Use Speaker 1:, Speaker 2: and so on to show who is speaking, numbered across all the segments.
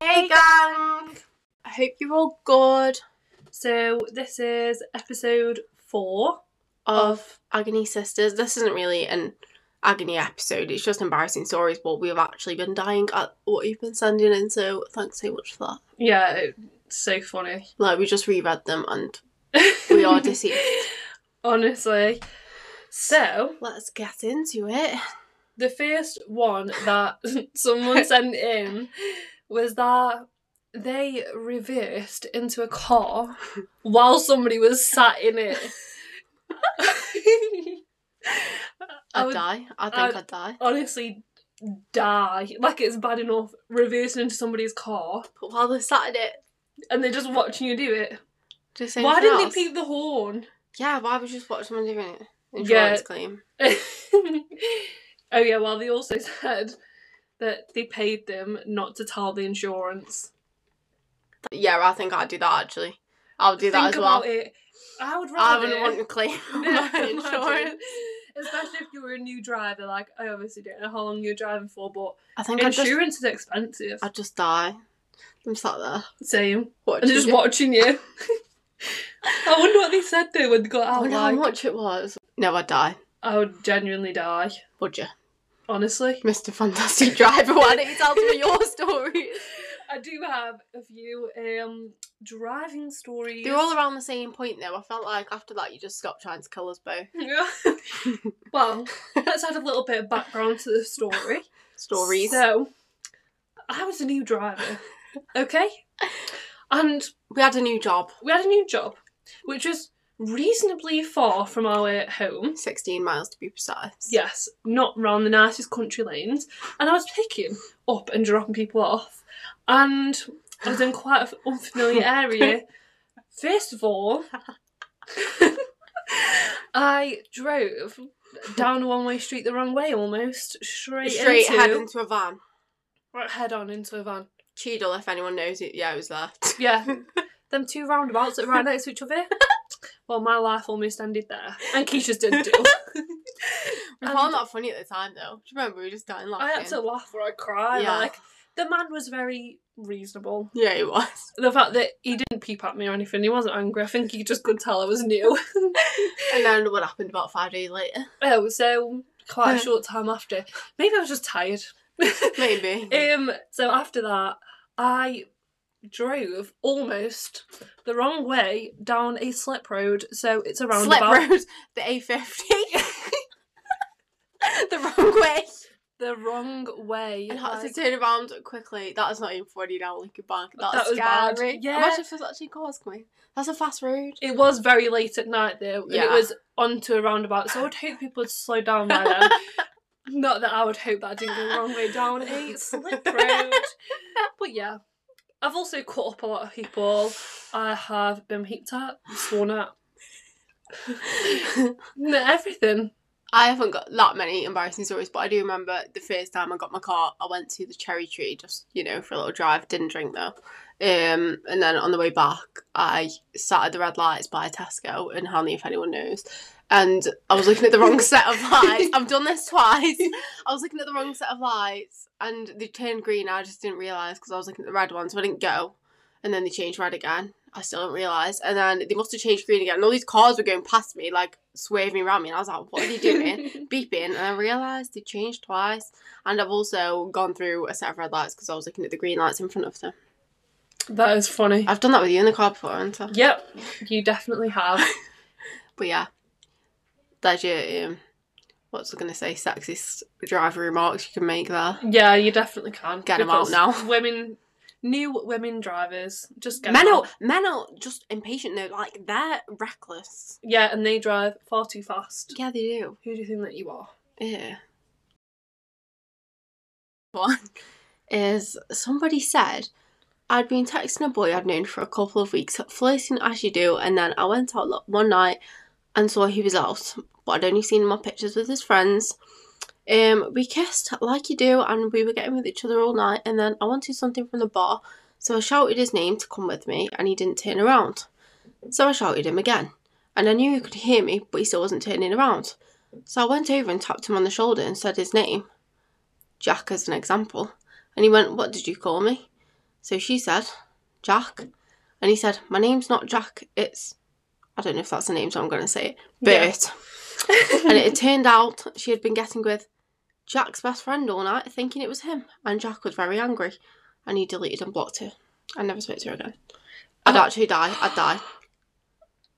Speaker 1: Hey gang! I hope you're all good. So this is episode four.
Speaker 2: of Agony Sisters. This isn't really an agony episode, it's just embarrassing stories, but we've actually been dying at what you've been sending in, so thanks so much for that.
Speaker 1: Yeah, it's so funny.
Speaker 2: Like, we just reread them and we are deceived.
Speaker 1: Honestly. So
Speaker 2: Let's get into it.
Speaker 1: the first one that someone sent in was that they reversed into a car while somebody was sat in it. I
Speaker 2: I'd
Speaker 1: would-
Speaker 2: die. I think
Speaker 1: I'd-
Speaker 2: I'd, die.
Speaker 1: honestly die. Like it's bad enough reversing into somebody's car
Speaker 2: But while they sat in it,
Speaker 1: and they're just watching you do it.
Speaker 2: just say
Speaker 1: Why
Speaker 2: anything
Speaker 1: didn't
Speaker 2: else.
Speaker 1: they peep the horn?
Speaker 2: Yeah, why would you just watch someone doing it? Insurance
Speaker 1: Yeah.
Speaker 2: claim.
Speaker 1: oh yeah, well they also said that they paid them not to tell the insurance.
Speaker 2: Yeah, I think I'd do that actually. I'll do that
Speaker 1: Think
Speaker 2: as
Speaker 1: about
Speaker 2: well.
Speaker 1: it. I would
Speaker 2: I
Speaker 1: rather
Speaker 2: wouldn't want to claim
Speaker 1: No,
Speaker 2: my
Speaker 1: imagine.
Speaker 2: insurance.
Speaker 1: Especially if you were a new driver, like I obviously don't know how long you're driving for, but
Speaker 2: I think I'd just,
Speaker 1: insurance is expensive.
Speaker 2: I'd just die. I'm sat there.
Speaker 1: Same.
Speaker 2: Watching
Speaker 1: And they're just
Speaker 2: it.
Speaker 1: watching you. I wonder what they said though when they got
Speaker 2: I
Speaker 1: out.
Speaker 2: wonder
Speaker 1: like,
Speaker 2: how much Oh, it was. No, I'd die.
Speaker 1: I would genuinely die,
Speaker 2: Would you?
Speaker 1: honestly.
Speaker 2: Mr. Fantastic Driver, why don't you tell me your story?
Speaker 1: I do have a few um driving stories.
Speaker 2: They're all around the same point though. I felt like after that you just stopped trying to kill us both.
Speaker 1: well, let's add a little bit of background to the story.
Speaker 2: Stories.
Speaker 1: So, I was a new driver, okay, and
Speaker 2: we had a new job.
Speaker 1: we had a new job, which was reasonably far from our home.
Speaker 2: 16 miles to be precise.
Speaker 1: Yes, not round the nicest country lanes. And I was picking up and dropping people off. And I was in quite an unfamiliar area. First of all, I drove down a one way street the wrong way almost, straight,
Speaker 2: Straight
Speaker 1: into,
Speaker 2: head into a van.
Speaker 1: right, head on into a van.
Speaker 2: Cheadle, if anyone knows it, yeah, it was there.
Speaker 1: Yeah, them two roundabouts that are right next to each other. Well, my life almost ended there. And Keisha's did too.
Speaker 2: we
Speaker 1: And-
Speaker 2: found that funny at the time though. Do you remember we were just starting laughing?
Speaker 1: I had to laugh or I cry.
Speaker 2: Yeah.
Speaker 1: Like, the man was very reasonable.
Speaker 2: Yeah, it was.
Speaker 1: the fact that he didn't peep at me or anything, he wasn't angry. I think he just could tell I was new.
Speaker 2: And then what happened about five days later?
Speaker 1: oh, so quite a
Speaker 2: Yeah.
Speaker 1: short time after, maybe I was just tired.
Speaker 2: Maybe.
Speaker 1: um, so after that, I drove almost the wrong way down a slip road. So it's a
Speaker 2: Slip
Speaker 1: roundabout.
Speaker 2: road, the A50. the wrong way.
Speaker 1: The wrong way.
Speaker 2: And had to
Speaker 1: like-
Speaker 2: turn around quickly. That is not even funny now looking back. That's
Speaker 1: That was bad.
Speaker 2: scary.
Speaker 1: Yeah.
Speaker 2: Imagine if there's actually cars coming. That's a fast road.
Speaker 1: It was very late at night though, and it
Speaker 2: Yeah.
Speaker 1: was onto a roundabout, so I would hope people would slow down by then. Not that I would hope that I didn't go the wrong way down a slip road. But yeah, I've also caught up a lot of people. I have been heaped at, sworn at, n- everything.
Speaker 2: I haven't got that many embarrassing stories, but I do remember the first time I got my car, I went to the cherry tree just, you know, for a little drive, didn't drink though. Um, and then on the way back, I sat at the red lights by Tesco in Hanley, if anyone knows. And I was looking at the wrong set of lights. I've done this twice. I was looking at the wrong set of lights and they turned green. I just didn't realise because I was looking at the red one, so I didn't go. And then they changed red again. I still didn't realise. And then they must have changed green again. And all these cars were going past me, like swerving around me. And I was like, what are they doing? beeping and I realised they changed twice and I've also gone through a set of red lights because I was looking at the green lights in front of them.
Speaker 1: that is funny.
Speaker 2: I've done that with you in the car before, haven't I?
Speaker 1: Yep, you definitely have.
Speaker 2: But yeah, there's your, um, what's I going to say, sexist driver remarks you can make there.
Speaker 1: Yeah, you definitely can.
Speaker 2: Get 'em out
Speaker 1: because
Speaker 2: now.
Speaker 1: Women, new women drivers, just get 'em
Speaker 2: men,
Speaker 1: out.
Speaker 2: are, men are just impatient though, like they're reckless.
Speaker 1: Yeah, and they drive far too fast.
Speaker 2: Yeah, they do.
Speaker 1: Who do you think that you are?
Speaker 2: Yeah. One is somebody said I'd been texting a boy I'd known for a couple of weeks, flirting as you do, and then I went out lo- one night and saw he was out, but I'd only seen him on pictures with his friends. Um, we kissed like you do, and we were getting with each other all night, and then I wanted something from the bar, so I shouted his name to come with me, and he didn't turn around. So I shouted him again, and I knew he could hear me, but he still wasn't turning around. So I went over and tapped him on the shoulder and said his name, Jack as an example. And he went, What did you call me? So she said, Jack. And he said, My name's not Jack, it's, I don't know if that's the name, so I'm going to say it,
Speaker 1: Yeah.
Speaker 2: Bert. and it turned out she had been getting with Jack's best friend all night, thinking it was him. And Jack was very angry, and he deleted and blocked her. I never spoke to her again. I'd
Speaker 1: Oh.
Speaker 2: actually die. I'd die.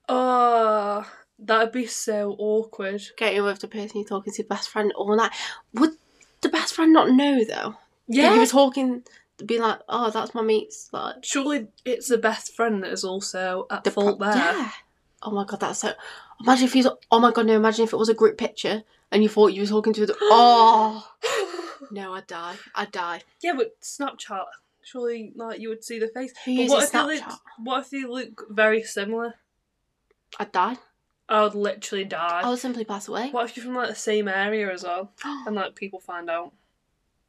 Speaker 1: Oh, that'd be so awkward.
Speaker 2: Getting with the person you're talking to, best friend all night. Would the best friend not know though? If
Speaker 1: Yeah.
Speaker 2: you were talking, be like, oh, that's my mate's like
Speaker 1: Surely it's the best friend that is also at
Speaker 2: the pro-
Speaker 1: fault there.
Speaker 2: Yeah. Oh my god, that's so. Imagine if he's. Oh my god, no! Imagine if it was a group picture and you thought you were talking to the. Oh no, I'd die. I'd die.
Speaker 1: yeah, but Snapchat. Surely, like you would see the face.
Speaker 2: Who
Speaker 1: But
Speaker 2: uses
Speaker 1: what if
Speaker 2: Snapchat?
Speaker 1: they look? What if they look very similar?
Speaker 2: I'd die.
Speaker 1: I would literally die.
Speaker 2: I would simply pass away.
Speaker 1: What if you're from like the same area as well, and like people find out?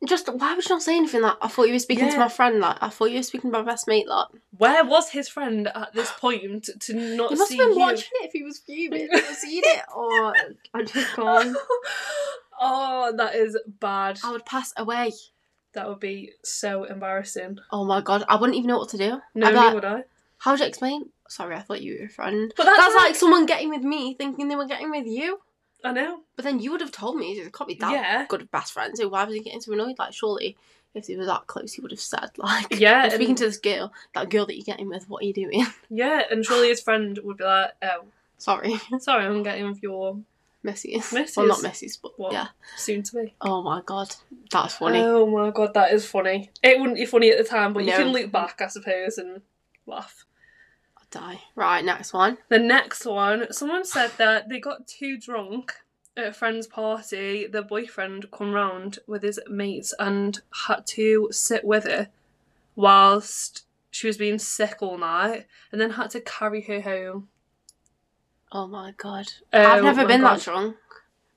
Speaker 2: Just why would you not say anything? Like I thought you were speaking to
Speaker 1: Yeah.
Speaker 2: my friend. Like I thought you were speaking to my best mate. Like
Speaker 1: Where was his friend at this point to, to not
Speaker 2: he must
Speaker 1: see
Speaker 2: have been
Speaker 1: you?
Speaker 2: watching it if he was fuming. Have you seen it? Or I just gone.
Speaker 1: oh, that is bad.
Speaker 2: I would pass away.
Speaker 1: That would be so embarrassing.
Speaker 2: Oh my god, I wouldn't even know what to do.
Speaker 1: No,
Speaker 2: I'd be
Speaker 1: neither
Speaker 2: like,
Speaker 1: would I.
Speaker 2: how'd you explain? Sorry, I thought you were a friend.
Speaker 1: But that's,
Speaker 2: That's
Speaker 1: like,
Speaker 2: like someone getting with me thinking they were getting with you.
Speaker 1: I know.
Speaker 2: But then you would have told me it can't be that
Speaker 1: Yeah.
Speaker 2: good of best friend. So why was he getting so annoyed? Like surely if they were that close he would have said like
Speaker 1: Yeah,
Speaker 2: I'm speaking
Speaker 1: and-
Speaker 2: to this girl, that girl that you're getting with, what are you doing?
Speaker 1: Yeah, and surely his friend would be like, "Oh,
Speaker 2: Sorry.
Speaker 1: sorry, I'm getting with your
Speaker 2: Missy's.
Speaker 1: Missy's.
Speaker 2: Well not Missy's but
Speaker 1: What?
Speaker 2: yeah.
Speaker 1: soon to be."
Speaker 2: Oh my god. That's funny.
Speaker 1: Oh my god, that is funny. It wouldn't be funny at the time, but you
Speaker 2: No.
Speaker 1: can look back, I suppose, and laugh.
Speaker 2: I'd die. Right, next one.
Speaker 1: The next one, someone said that they got too drunk at a friend's party. Their boyfriend come round with his mates and had to sit with her whilst she was being sick all night, and then had to carry her home.
Speaker 2: Oh my god.
Speaker 1: Oh
Speaker 2: I've never
Speaker 1: my
Speaker 2: been
Speaker 1: God.
Speaker 2: that drunk.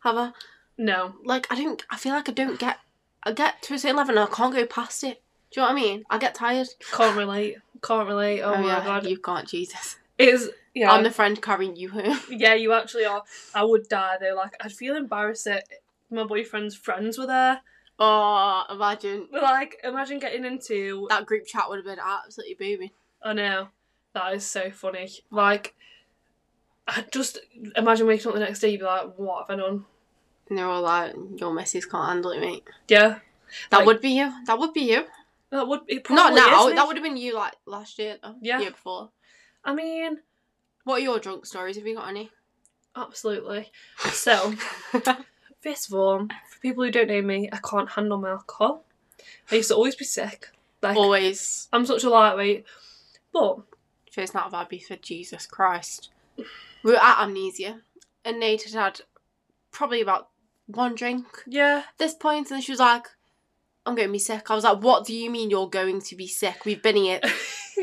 Speaker 2: Have I?
Speaker 1: No,
Speaker 2: Like I don't I feel like I don't get I get to a certain level and I can't go past it. Do you know what I mean? I get tired.
Speaker 1: can't relate. Can't relate. Oh, my
Speaker 2: yeah,
Speaker 1: god,
Speaker 2: you can't, Jesus.
Speaker 1: it is yeah.
Speaker 2: I'm the friend carrying you home.
Speaker 1: Yeah, you actually are. I would die though. Like, I'd feel embarrassed that my boyfriend's friends were there.
Speaker 2: Oh, imagine
Speaker 1: But, like, imagine getting into.
Speaker 2: that group chat would have been absolutely booming.
Speaker 1: I know. That is so funny. Like, I just imagine waking up the next day, you'd be like, what have I done?
Speaker 2: And they're all like, "Your missus can't handle it, mate."
Speaker 1: Yeah.
Speaker 2: That
Speaker 1: Like-
Speaker 2: would be you. That would be you.
Speaker 1: That would it
Speaker 2: Not
Speaker 1: probably
Speaker 2: now.
Speaker 1: is me.
Speaker 2: That would have been you like last year. Though,
Speaker 1: Yeah.
Speaker 2: Year before.
Speaker 1: I mean,
Speaker 2: What are your drunk stories? Have you got any?
Speaker 1: absolutely. So, first of all, for people who don't know me, I can't handle my alcohol. I used to always be sick. Like,
Speaker 2: Always.
Speaker 1: I'm such a lightweight. But
Speaker 2: First night of our beef said, "Jesus Christ." We were at Amnesia, and Nate had had probably about one drink
Speaker 1: yeah,
Speaker 2: at this point, and she was like, "I'm going to be sick." I was like, "What do you mean you're going to be sick? We've been here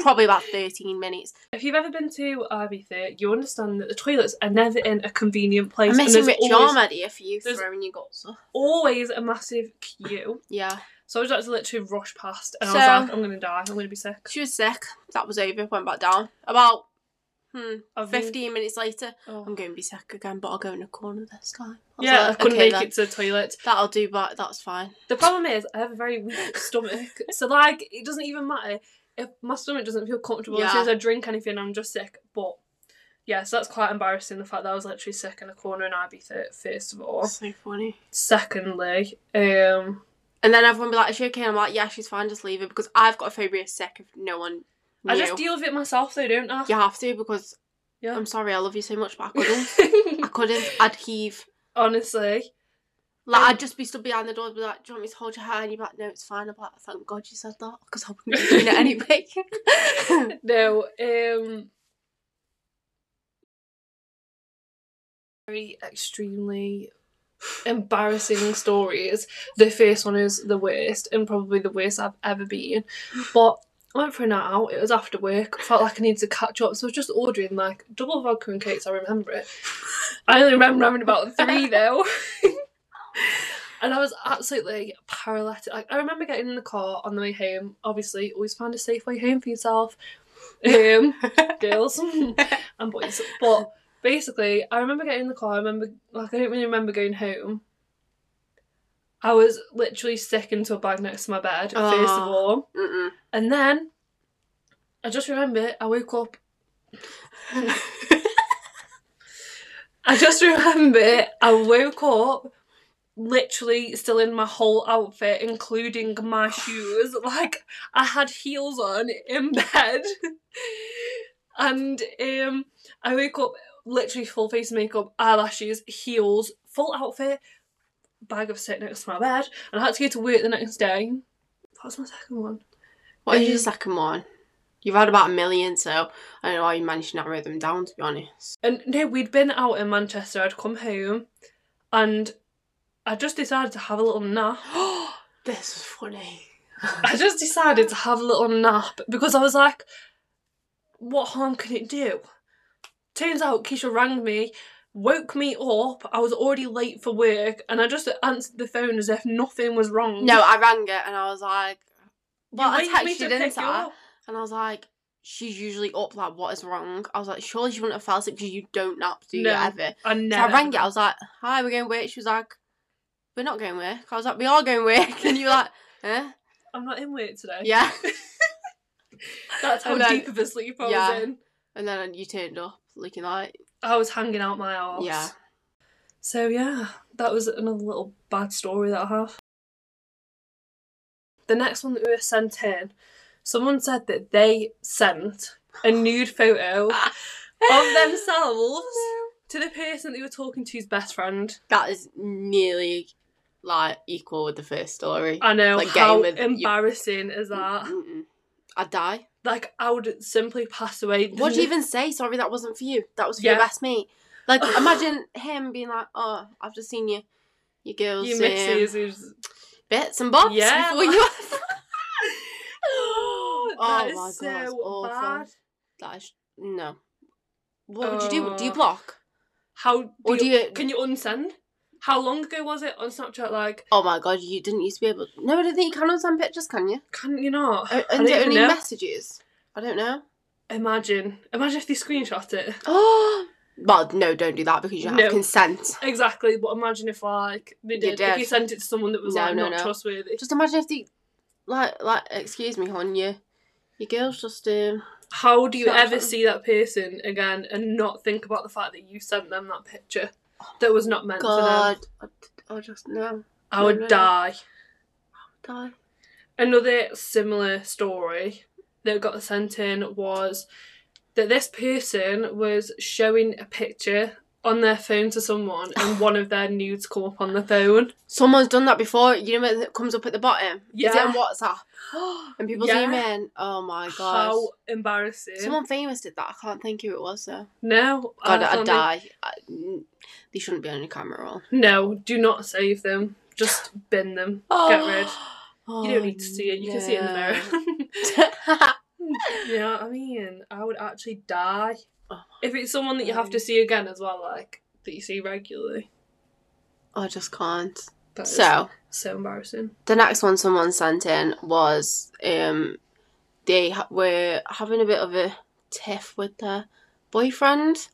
Speaker 2: probably about 13 minutes."
Speaker 1: If you've ever been to Ibiza, you understand that the toilets are never in a convenient place.
Speaker 2: I'm missing
Speaker 1: and
Speaker 2: Rich
Speaker 1: there's always,
Speaker 2: Yarmad here for you
Speaker 1: there's-
Speaker 2: throwing your guts. off.
Speaker 1: always a massive queue.
Speaker 2: Yeah.
Speaker 1: So I was like to literally rush past and I
Speaker 2: So-
Speaker 1: was like, I'm gonna die, I'm gonna be sick.
Speaker 2: She was sick. That was over. Went back down. About hmm,
Speaker 1: I've been-
Speaker 2: 15 minutes later, I'm
Speaker 1: Oh.
Speaker 2: going to be sick again, but I'll go in a corner this time. I was
Speaker 1: Yeah, I
Speaker 2: like,
Speaker 1: couldn't
Speaker 2: "Okay
Speaker 1: make
Speaker 2: then.
Speaker 1: it to the toilet.
Speaker 2: That'll do, but that's fine.
Speaker 1: The problem is I have a very weak stomach. So like it doesn't even matter if my stomach doesn't feel comfortable
Speaker 2: Yeah.
Speaker 1: as soon as I drink anything I'm just sick. But yeah, so that's quite embarrassing the fact that I was literally sick in a corner in Ibiza first of all.
Speaker 2: So funny.
Speaker 1: Secondly, um
Speaker 2: And then everyone be like, "Is she okay?" I'm like, "Yeah, she's fine. Just leave her because I've got a phobia of sick. If no one, knew.
Speaker 1: I just deal with it myself though, don't I?
Speaker 2: you have to because
Speaker 1: Yeah.
Speaker 2: I'm sorry, I love you so much, but I couldn't. I couldn't. I'd heave.
Speaker 1: Honestly.
Speaker 2: Like
Speaker 1: Um,
Speaker 2: I'd just be stood behind the door, and be like, "Do you want me to hold your hand?" And you'd be like, "No, it's fine." I'm like, "Thank God you said that because I wouldn't be doing it anyway."
Speaker 1: No, um very extremely embarrassing stories. The first one is the worst and probably the worst I've ever been. But I went for a night out, it was after work, felt like I needed to catch up, so I was just ordering like double vodka and cakes, I remember it. I only remember having about three though. And I was absolutely paralytic. Like I remember getting in the car on the way home. Obviously, always find a safe way home for yourself, um, girls and boys. But basically, I remember getting in the car. I remember, like, I don't really remember going home. I was literally sick into a bag next to my bed. First of
Speaker 2: Oh.
Speaker 1: all,
Speaker 2: Mm-mm.
Speaker 1: and then I just remember I woke up. I just remember I woke up literally still in my whole outfit, including my shoes. Like I had heels on in bed. and um I woke up literally full face makeup, eyelashes, heels, full outfit, bag of sit next to my bed, and I had to go to work the next day. That was my second one.
Speaker 2: What is
Speaker 1: Um,
Speaker 2: your second one? You've had about a million, so I don't know why you managed to narrow them down. To be honest,
Speaker 1: And no, we'd been out in Manchester. I'd come home, and I just decided to have a little nap.
Speaker 2: this is funny.
Speaker 1: I just decided to have a little nap because I was like, what harm can it do? Turns out Keisha rang me, woke me up. I was already late for work, and I just answered the phone as if nothing was wrong.
Speaker 2: No, I rang her and I was like,
Speaker 1: You
Speaker 2: "Well, I
Speaker 1: wake me to
Speaker 2: texted
Speaker 1: pick
Speaker 2: into
Speaker 1: you
Speaker 2: her,
Speaker 1: up.
Speaker 2: and I was like." She's usually up, like, what is wrong? I was like, surely she wouldn't have fell asleep because you don't nap, do you,
Speaker 1: No.
Speaker 2: ever?
Speaker 1: I
Speaker 2: So
Speaker 1: never.
Speaker 2: I rang it. I was like, "Hi, we're going work." She was like, "We're not going work." I was like, "We are going work," and you were like, "Eh,
Speaker 1: I'm not in work today.
Speaker 2: yeah."
Speaker 1: That's how
Speaker 2: And then-
Speaker 1: deep of a sleep I
Speaker 2: Yeah.
Speaker 1: was in.
Speaker 2: And then you turned up looking like,
Speaker 1: I was hanging out my arse.
Speaker 2: "Yeah."
Speaker 1: So yeah, that was another little bad story that I have. The next one that we were sent in, someone said that they sent a nude photo of themselves to the person they were talking to's best friend.
Speaker 2: That is nearly like equal with the first story.
Speaker 1: I know
Speaker 2: Like,
Speaker 1: how
Speaker 2: game with you-
Speaker 1: embarrassing is that.
Speaker 2: Mm-mm. I'd die.
Speaker 1: Like I would simply pass away.
Speaker 2: What do you even say? Sorry, that wasn't for you. That was for your
Speaker 1: Yeah.
Speaker 2: best mate. Like, imagine him being like, "Oh, I've just seen you, you girls,
Speaker 1: You
Speaker 2: um,
Speaker 1: misses is
Speaker 2: bits and bobs
Speaker 1: Yeah.
Speaker 2: before you."
Speaker 1: that
Speaker 2: Oh my
Speaker 1: is
Speaker 2: God,
Speaker 1: so
Speaker 2: that's awful.
Speaker 1: bad.
Speaker 2: that is no. What would you do? Do you
Speaker 1: Oh.
Speaker 2: block?
Speaker 1: How do
Speaker 2: Or do
Speaker 1: you,
Speaker 2: you-
Speaker 1: can you unsend? How long ago was it on Snapchat? Like,
Speaker 2: Oh my god, you didn't used to be able. No, I don't think you can on some pictures, can you? Uh,
Speaker 1: can you not?
Speaker 2: And
Speaker 1: don't even
Speaker 2: only
Speaker 1: know.
Speaker 2: messages. I don't know.
Speaker 1: Imagine, imagine if they screenshot it.
Speaker 2: Oh, well, no, don't do that because you have
Speaker 1: No.
Speaker 2: consent.
Speaker 1: Exactly, but imagine if like they did, if
Speaker 2: did.
Speaker 1: you sent it to someone that was
Speaker 2: No,
Speaker 1: like
Speaker 2: no,
Speaker 1: not
Speaker 2: no.
Speaker 1: trustworthy.
Speaker 2: Just imagine if the, like, like, excuse me, hon, you, your girls just um.
Speaker 1: How do you
Speaker 2: Snapchat.
Speaker 1: ever see that person again and not think about the fact that you sent them that picture that was not meant for them?
Speaker 2: God, I, I just no
Speaker 1: I would
Speaker 2: no, no.
Speaker 1: die.
Speaker 2: die.
Speaker 1: Another similar story that got sent in was that this person was showing a picture on their phone to someone and one of their nudes come up on the phone.
Speaker 2: Someone's done that before. You know, when it comes up at the bottom. Is it
Speaker 1: Yeah.
Speaker 2: on WhatsApp? And people
Speaker 1: Yeah.
Speaker 2: zoom in. Oh my god.
Speaker 1: How embarrassing.
Speaker 2: Someone famous did that. I can't think who it was though.
Speaker 1: No, I
Speaker 2: God, I'd
Speaker 1: don't
Speaker 2: die. I, mm, they shouldn't be on your camera roll.
Speaker 1: think- No, do not save them. Just bin them.
Speaker 2: Oh.
Speaker 1: Get rid. You don't need to see it. You can see it in the mirror.
Speaker 2: mirror.
Speaker 1: you know what I mean? I would actually die
Speaker 2: Oh
Speaker 1: if it's someone that you have to
Speaker 2: God.
Speaker 1: see again as well, like that you see regularly.
Speaker 2: I just can't.
Speaker 1: That is
Speaker 2: So
Speaker 1: so embarrassing.
Speaker 2: the next one someone sent in was um they ha- were having a bit of a tiff with their boyfriend,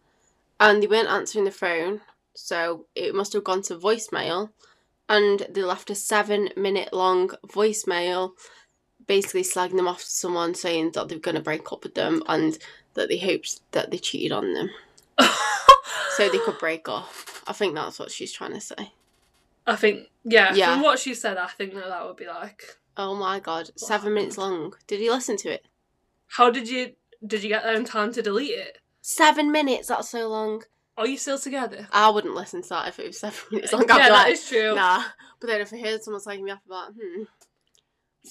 Speaker 2: and they weren't answering the phone, so it must have gone to voicemail, and they left a seven minute long voicemail. Basically, slagging them off to someone saying that they're going to break up with them and that they hoped that they cheated on them so they could break off. I think that's what she's trying to say.
Speaker 1: I think yeah,
Speaker 2: Yeah.
Speaker 1: From what she said, I think that that would be like.
Speaker 2: Oh my god, seven minutes long. Did he listen to it?
Speaker 1: How did you did you get there in time to delete it?
Speaker 2: Seven minutes, that's so long.
Speaker 1: Are you still together?
Speaker 2: I wouldn't listen to that if it was seven minutes long. I'd
Speaker 1: yeah,
Speaker 2: be
Speaker 1: that
Speaker 2: like,
Speaker 1: is true.
Speaker 2: nah. But then if I heard someone slagging me off about, hmm,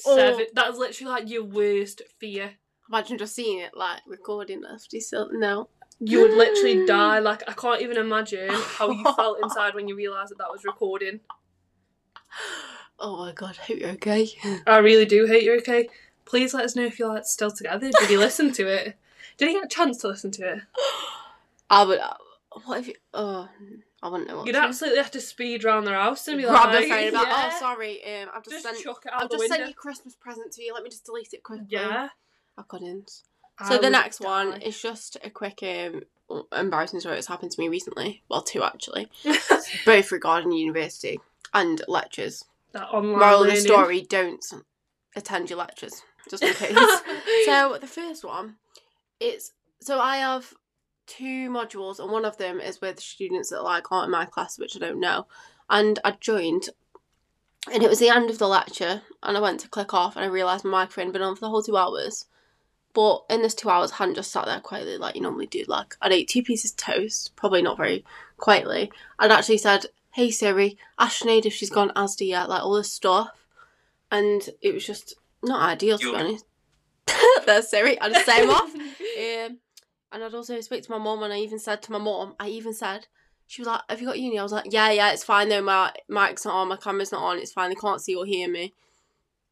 Speaker 2: Oh.
Speaker 1: Seven. That's literally like your worst fear.
Speaker 2: imagine just seeing it like recording left. You still, no.
Speaker 1: You would literally die. Like I can't even imagine how you felt inside when you realised that that was recording.
Speaker 2: Oh my god, I hope you're okay.
Speaker 1: I really do hate you. Okay, please let us know if you're like still together. Did you listen to it? Did you get a chance to listen to it?
Speaker 2: I would, uh, what if you, oh, I wouldn't know what
Speaker 1: You'd
Speaker 2: to do.
Speaker 1: absolutely have to speed round their house and be
Speaker 2: Grab
Speaker 1: like,
Speaker 2: the phone about,
Speaker 1: yeah,
Speaker 2: oh, sorry, um, I've just,
Speaker 1: Just
Speaker 2: sent,
Speaker 1: chuck it out
Speaker 2: I've
Speaker 1: the
Speaker 2: just
Speaker 1: window.
Speaker 2: sent you Christmas present to you. Let me just delete it quickly.
Speaker 1: yeah.
Speaker 2: I couldn't.
Speaker 1: I
Speaker 2: So the
Speaker 1: would
Speaker 2: next one
Speaker 1: die.
Speaker 2: is just a quick um, embarrassing story that's happened to me recently. Well, two actually, both regarding university and lectures.
Speaker 1: that online
Speaker 2: Moral of the
Speaker 1: learning.
Speaker 2: story: don't attend your lectures. just in case. so the first one, it's so I have two modules, and one of them is with students that like aren't in my class, which I don't know. And I joined, and it was the end of the lecture, and I went to click off, and I realised my microphone had been on for the whole two hours. But in this two hours, I hadn't just sat there quietly like you normally do. Like I'd ate two pieces of toast, probably not very quietly. I'd actually said, "Hey Siri, ask Sinead if she's gone ASDA yet," like all this stuff, and it was just not ideal to be
Speaker 1: You-
Speaker 2: honest. There's Siri. I just say 'em off. Um, and I'd also speak to my mum, and I even said to my mum, I even said, she was like, "Have you got uni?" I was like, "Yeah, yeah, it's fine though. My mic's not on, my camera's not on. It's fine. They can't see or hear me."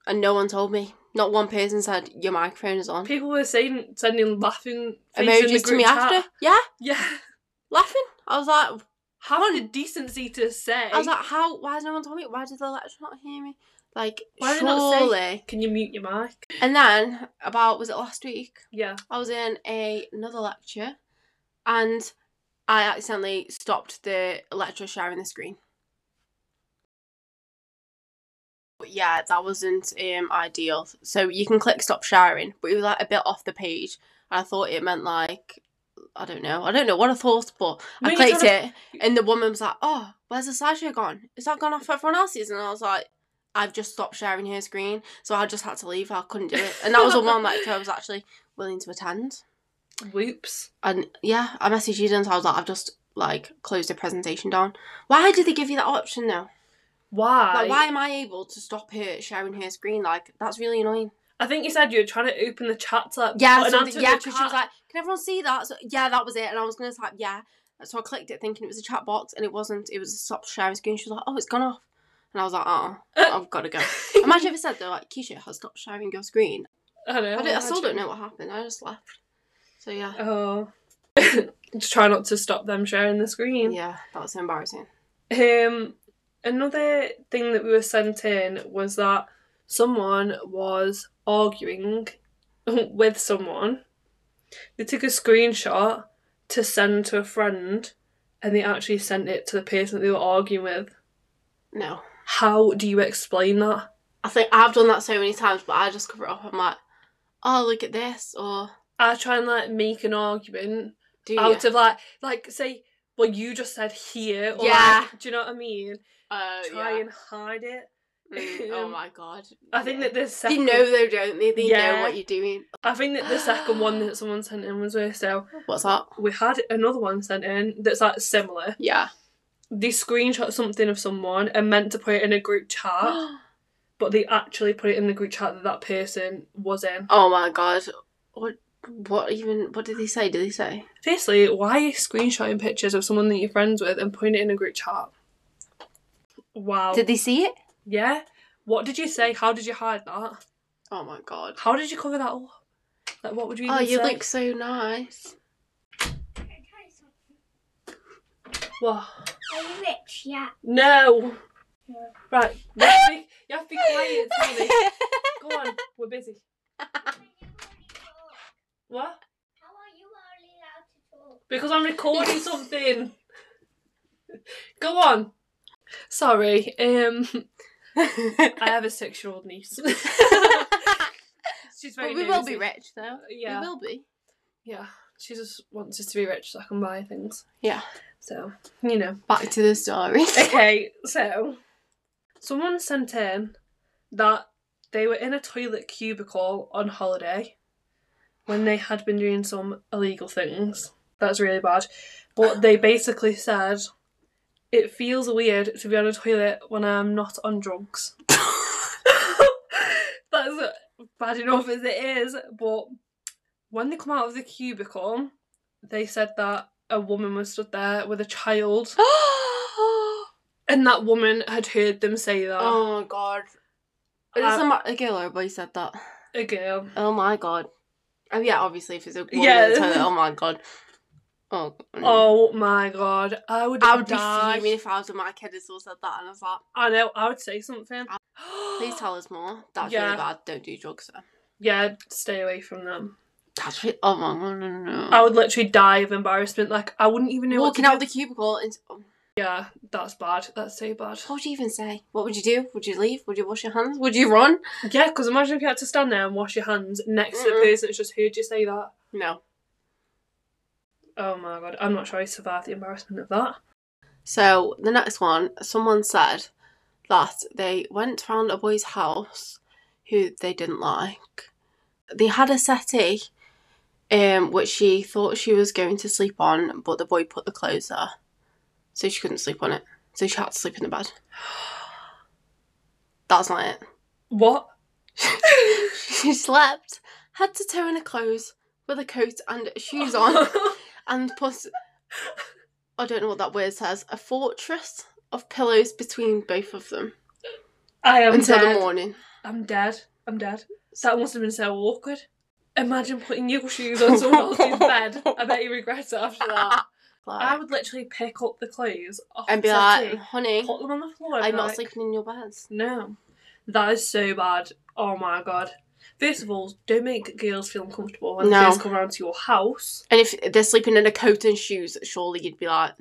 Speaker 2: And no one told me. Not one person said your microphone is on.
Speaker 1: People were saying sending laughing faces in the
Speaker 2: Emojis to
Speaker 1: group
Speaker 2: me
Speaker 1: chat.
Speaker 2: after, yeah,
Speaker 1: Yeah,
Speaker 2: laughing. I was like,
Speaker 1: having the decency to say.
Speaker 2: I was like, how? Why has no one told me? Why did the lecturer not hear me? Like,
Speaker 1: Why did they not say-
Speaker 2: surely.
Speaker 1: Can you mute your mic?
Speaker 2: And then about was it last week?
Speaker 1: Yeah.
Speaker 2: I was in a, another lecture, and I accidentally stopped the lecturer sharing the screen. But yeah, that wasn't um, ideal. So you can click stop sharing, but it was like a bit off the page, and I thought it meant like I don't know, I don't know what I thought, but I
Speaker 1: Maybe
Speaker 2: clicked
Speaker 1: try
Speaker 2: it, and the woman was like, "Oh, where's the slideshow gone? Is that gone off for everyone else's?" And I was like. I've just stopped sharing her screen, so I just had to leave. I couldn't do it, and that was the one lecture I was actually willing to attend.
Speaker 1: to- Whoops.
Speaker 2: And yeah, I messaged you and I was like, I've just like closed the presentation down. Why did they give you that option though?
Speaker 1: Why?
Speaker 2: Like, why am I able to stop her sharing her screen? Like, that's really annoying.
Speaker 1: I think you said you were trying to open the chat to like,
Speaker 2: Yeah,
Speaker 1: put an
Speaker 2: so,
Speaker 1: answer in
Speaker 2: yeah,
Speaker 1: the
Speaker 2: because she was
Speaker 1: chat.
Speaker 2: like, can everyone see that? So, yeah, that was it. And I was gonna type yeah. So I clicked it thinking it was a chat box, and it wasn't. It was a stop sharing screen. She was like, oh, it's gone off. And I was like, oh, I've got to go. Imagine if it said though, like Keisha has stopped sharing your screen.
Speaker 1: I don't know.
Speaker 2: I, don't, I still don't
Speaker 1: imagine.
Speaker 2: know what happened. I just left. So yeah,
Speaker 1: Oh. Just try not to stop them sharing the screen.
Speaker 2: yeah, that was embarrassing.
Speaker 1: Um, another thing that we were sent in was that someone was arguing with someone. They took a screenshot to send to a friend, and they actually sent it to the person that they were arguing with.
Speaker 2: No.
Speaker 1: How do you explain that?
Speaker 2: I think I've done that so many times, but I just cover it up. I'm like, oh, look at this, or
Speaker 1: I try and like make an argument
Speaker 2: do you?
Speaker 1: out of like, like say, well, you just said here, or
Speaker 2: Yeah.
Speaker 1: like, do you know what I mean?
Speaker 2: Uh,
Speaker 1: Try
Speaker 2: yeah.
Speaker 1: and hide it.
Speaker 2: Mm, oh
Speaker 1: um,
Speaker 2: my god.
Speaker 1: I think that the
Speaker 2: they
Speaker 1: second,
Speaker 2: know though, don't they? They know
Speaker 1: Yeah.
Speaker 2: what you're doing.
Speaker 1: I think that the second one that someone sent in was worse. So
Speaker 2: What's that?
Speaker 1: we had another one sent in that's like similar.
Speaker 2: Yeah.
Speaker 1: They screenshot something of someone and meant to put it in a group chat,
Speaker 2: oh
Speaker 1: but they actually put it in the group chat that that person was in.
Speaker 2: Oh my god. What? What even? What did they say? Did they say?
Speaker 1: Firstly, why are you screenshotting pictures of someone that you're friends with and putting it in a group chat? Wow.
Speaker 2: Did they see it?
Speaker 1: Yeah. What did you say? How did you hide that?
Speaker 2: Oh my god.
Speaker 1: How did you cover that up? Like, what would you even
Speaker 2: Oh, you
Speaker 1: say?
Speaker 2: look so nice.
Speaker 1: What?
Speaker 3: Are you rich yet?
Speaker 1: No.
Speaker 3: No.
Speaker 1: Right. You have to be, you have to be quiet, Tony. Go on. We're busy. What?
Speaker 3: How are you only allowed to talk?
Speaker 1: Because I'm recording something. Go on. Sorry. Um, I have a six-year-old niece. She's very.
Speaker 2: but we will
Speaker 1: nosy.
Speaker 2: be rich though.
Speaker 1: Yeah.
Speaker 2: We will be.
Speaker 1: Yeah. She just wants us to be rich so I can buy things.
Speaker 2: Yeah.
Speaker 1: So you know.
Speaker 2: Back to the story.
Speaker 1: Okay. So someone sent in that they were in a toilet cubicle on holiday when they had been doing some illegal things. That's really bad. But they basically said, "It feels weird to be on a toilet when I'm not on drugs." That's bad enough as it is, but when they come out of the cubicle, they said that a woman was stood there with a child, and that woman had heard them say that.
Speaker 2: Oh my god. Is this a,
Speaker 1: Uh,
Speaker 2: ma- a girl or a boy said that?
Speaker 1: A girl.
Speaker 2: Oh my god. Oh yeah, obviously if it's a woman
Speaker 1: Yeah.
Speaker 2: in the toilet, oh my god. Oh,
Speaker 1: Oh my god, I would.
Speaker 2: I would be
Speaker 1: die.
Speaker 2: fuming if I was with my kid and someone said that and I was like,
Speaker 1: I know. I would say something.
Speaker 2: please tell us more. That's
Speaker 1: Yeah.
Speaker 2: really bad. Don't do drugs. Sir.
Speaker 1: Yeah, stay away from them.
Speaker 2: That's really, oh my god, no, no, no.
Speaker 1: I would literally die of embarrassment. Like I wouldn't even know.
Speaker 2: Walking
Speaker 1: what
Speaker 2: out
Speaker 1: to
Speaker 2: the cubicle and oh,
Speaker 1: Yeah, that's bad. That's so bad.
Speaker 2: What would you even say? What would you do? Would you leave? Would you wash your hands? Would you run?
Speaker 1: Yeah, because imagine if you had to stand there and wash your hands next to the
Speaker 2: Mm-mm.
Speaker 1: person that's just heard you say that.
Speaker 2: No.
Speaker 1: Oh my god, I'm not sure I survived the embarrassment of that.
Speaker 2: So the next one, someone said that they went round a boy's house who they didn't like. They had a settee, um, which she thought she was going to sleep on, but the boy put the clothes there, so she couldn't sleep on it. So she had to sleep in the bed. That's not it.
Speaker 1: What?
Speaker 2: She slept head to toe in her clothes with a coat and shoes on. and plus, I don't know what that word says, a fortress of pillows between both of them
Speaker 1: I am
Speaker 2: until
Speaker 1: dead.
Speaker 2: the morning.
Speaker 1: I'm dead. I'm dead. That must have been so awkward. Imagine putting your shoes on someone else's bed. I bet you regret it after that.
Speaker 2: Like,
Speaker 1: I would literally pick up the clothes off
Speaker 2: and be
Speaker 1: the
Speaker 2: like,
Speaker 1: settee,
Speaker 2: honey,
Speaker 1: put them on the floor. and
Speaker 2: I'm
Speaker 1: be
Speaker 2: not
Speaker 1: like,
Speaker 2: sleeping in your bed.
Speaker 1: No. That is so bad. Oh my god. First of all, don't make girls feel uncomfortable when
Speaker 2: No.
Speaker 1: girls come round to your house.
Speaker 2: And if they're sleeping in a coat and shoes, surely you'd be like,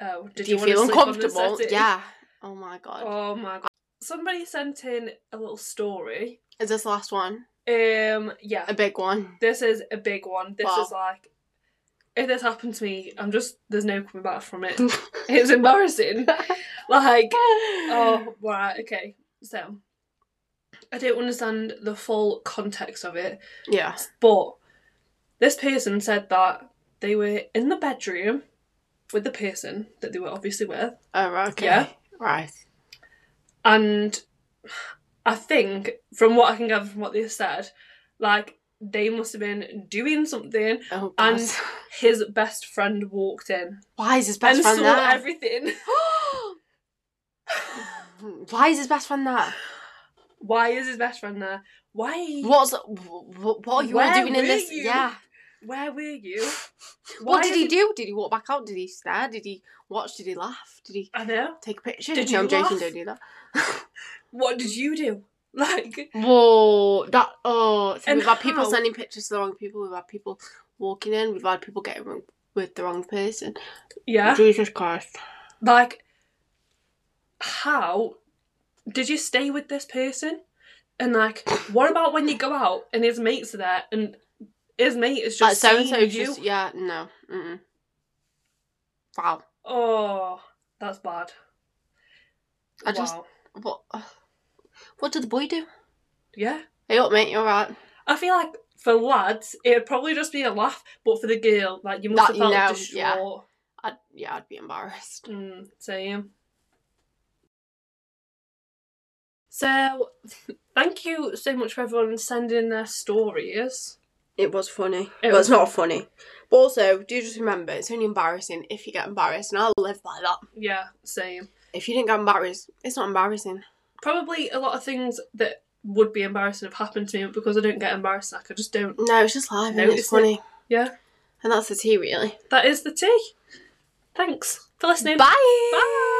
Speaker 1: Oh, did
Speaker 2: do you,
Speaker 1: wanna
Speaker 2: feel
Speaker 1: sleep on the
Speaker 2: uncomfortable?
Speaker 1: settee?
Speaker 2: Yeah. Oh my god.
Speaker 1: Oh my god. Somebody sent in a little story.
Speaker 2: Is this the last one?
Speaker 1: Um, yeah.
Speaker 2: A big one.
Speaker 1: This is a big one. This
Speaker 2: Wow.
Speaker 1: is like, if this happened to me, I'm just there's no coming back from it. it's embarrassing. Like, oh right, okay. So, I don't understand the full context of it,
Speaker 2: Yeah.
Speaker 1: but this person said that they were in the bedroom with the person that they were obviously with,
Speaker 2: Oh, right, okay.
Speaker 1: Yeah.
Speaker 2: Right.
Speaker 1: and I think from what I can gather from what they said, like they must have been doing something.
Speaker 2: Oh,
Speaker 1: And-
Speaker 2: and
Speaker 1: His best friend walked in.
Speaker 2: why is his best
Speaker 1: and
Speaker 2: friend
Speaker 1: saw
Speaker 2: there?
Speaker 1: everything.
Speaker 2: Why is his best friend that?
Speaker 1: Why is his best friend there? Why?
Speaker 2: What's what, what are you all
Speaker 1: Where
Speaker 2: doing in
Speaker 1: were
Speaker 2: this?
Speaker 1: you?
Speaker 2: Yeah.
Speaker 1: Where were you?
Speaker 2: what
Speaker 1: Why
Speaker 2: did
Speaker 1: is
Speaker 2: he do? Did he walk back out? Did he stare? Did he watch? Did he laugh? Did he
Speaker 1: I know.
Speaker 2: take a picture?
Speaker 1: Did
Speaker 2: no,
Speaker 1: you
Speaker 2: I'm joking.
Speaker 1: laugh?
Speaker 2: Don't do that.
Speaker 1: What did you do? Like,
Speaker 2: Whoa, that oh. so
Speaker 1: And
Speaker 2: we've had people
Speaker 1: how?
Speaker 2: sending pictures to the wrong people. We've had people walking in. We've had people getting wrong- with the wrong person.
Speaker 1: yeah.
Speaker 2: Jesus Christ.
Speaker 1: Like, how did you stay with this person? And like, what about when you go out and his mates are there and his mate is
Speaker 2: Like
Speaker 1: just
Speaker 2: so and
Speaker 1: seeing
Speaker 2: so.
Speaker 1: you?
Speaker 2: Just yeah. No. Mm-mm. Wow.
Speaker 1: Oh, that's bad.
Speaker 2: I just-
Speaker 1: Wow.
Speaker 2: What? What did the boy do?
Speaker 1: yeah.
Speaker 2: Hey up, mate. You're right.
Speaker 1: I feel like for lads, it'd probably just be a laugh, but for the girl, like you must
Speaker 2: That
Speaker 1: have felt
Speaker 2: you know,
Speaker 1: distraught.
Speaker 2: yeah. I'd, yeah, I'd be embarrassed.
Speaker 1: Mm, same. So, thank you so much for everyone sending their stories.
Speaker 2: It was funny.
Speaker 1: It
Speaker 2: but
Speaker 1: was-
Speaker 2: it's not funny. But also, do just remember, it's only embarrassing if you get embarrassed, and I'll live by that.
Speaker 1: Yeah, same.
Speaker 2: If you didn't get embarrassed, it's not embarrassing.
Speaker 1: Probably a lot of things that would be embarrassing have happened to me but because I don't get embarrassed. Like I just don't.
Speaker 2: No, it's just live, and
Speaker 1: Notice
Speaker 2: it's funny.
Speaker 1: Yeah,
Speaker 2: And that's the tea, really.
Speaker 1: that is the tea. Thanks for listening.
Speaker 2: Bye!
Speaker 1: Bye.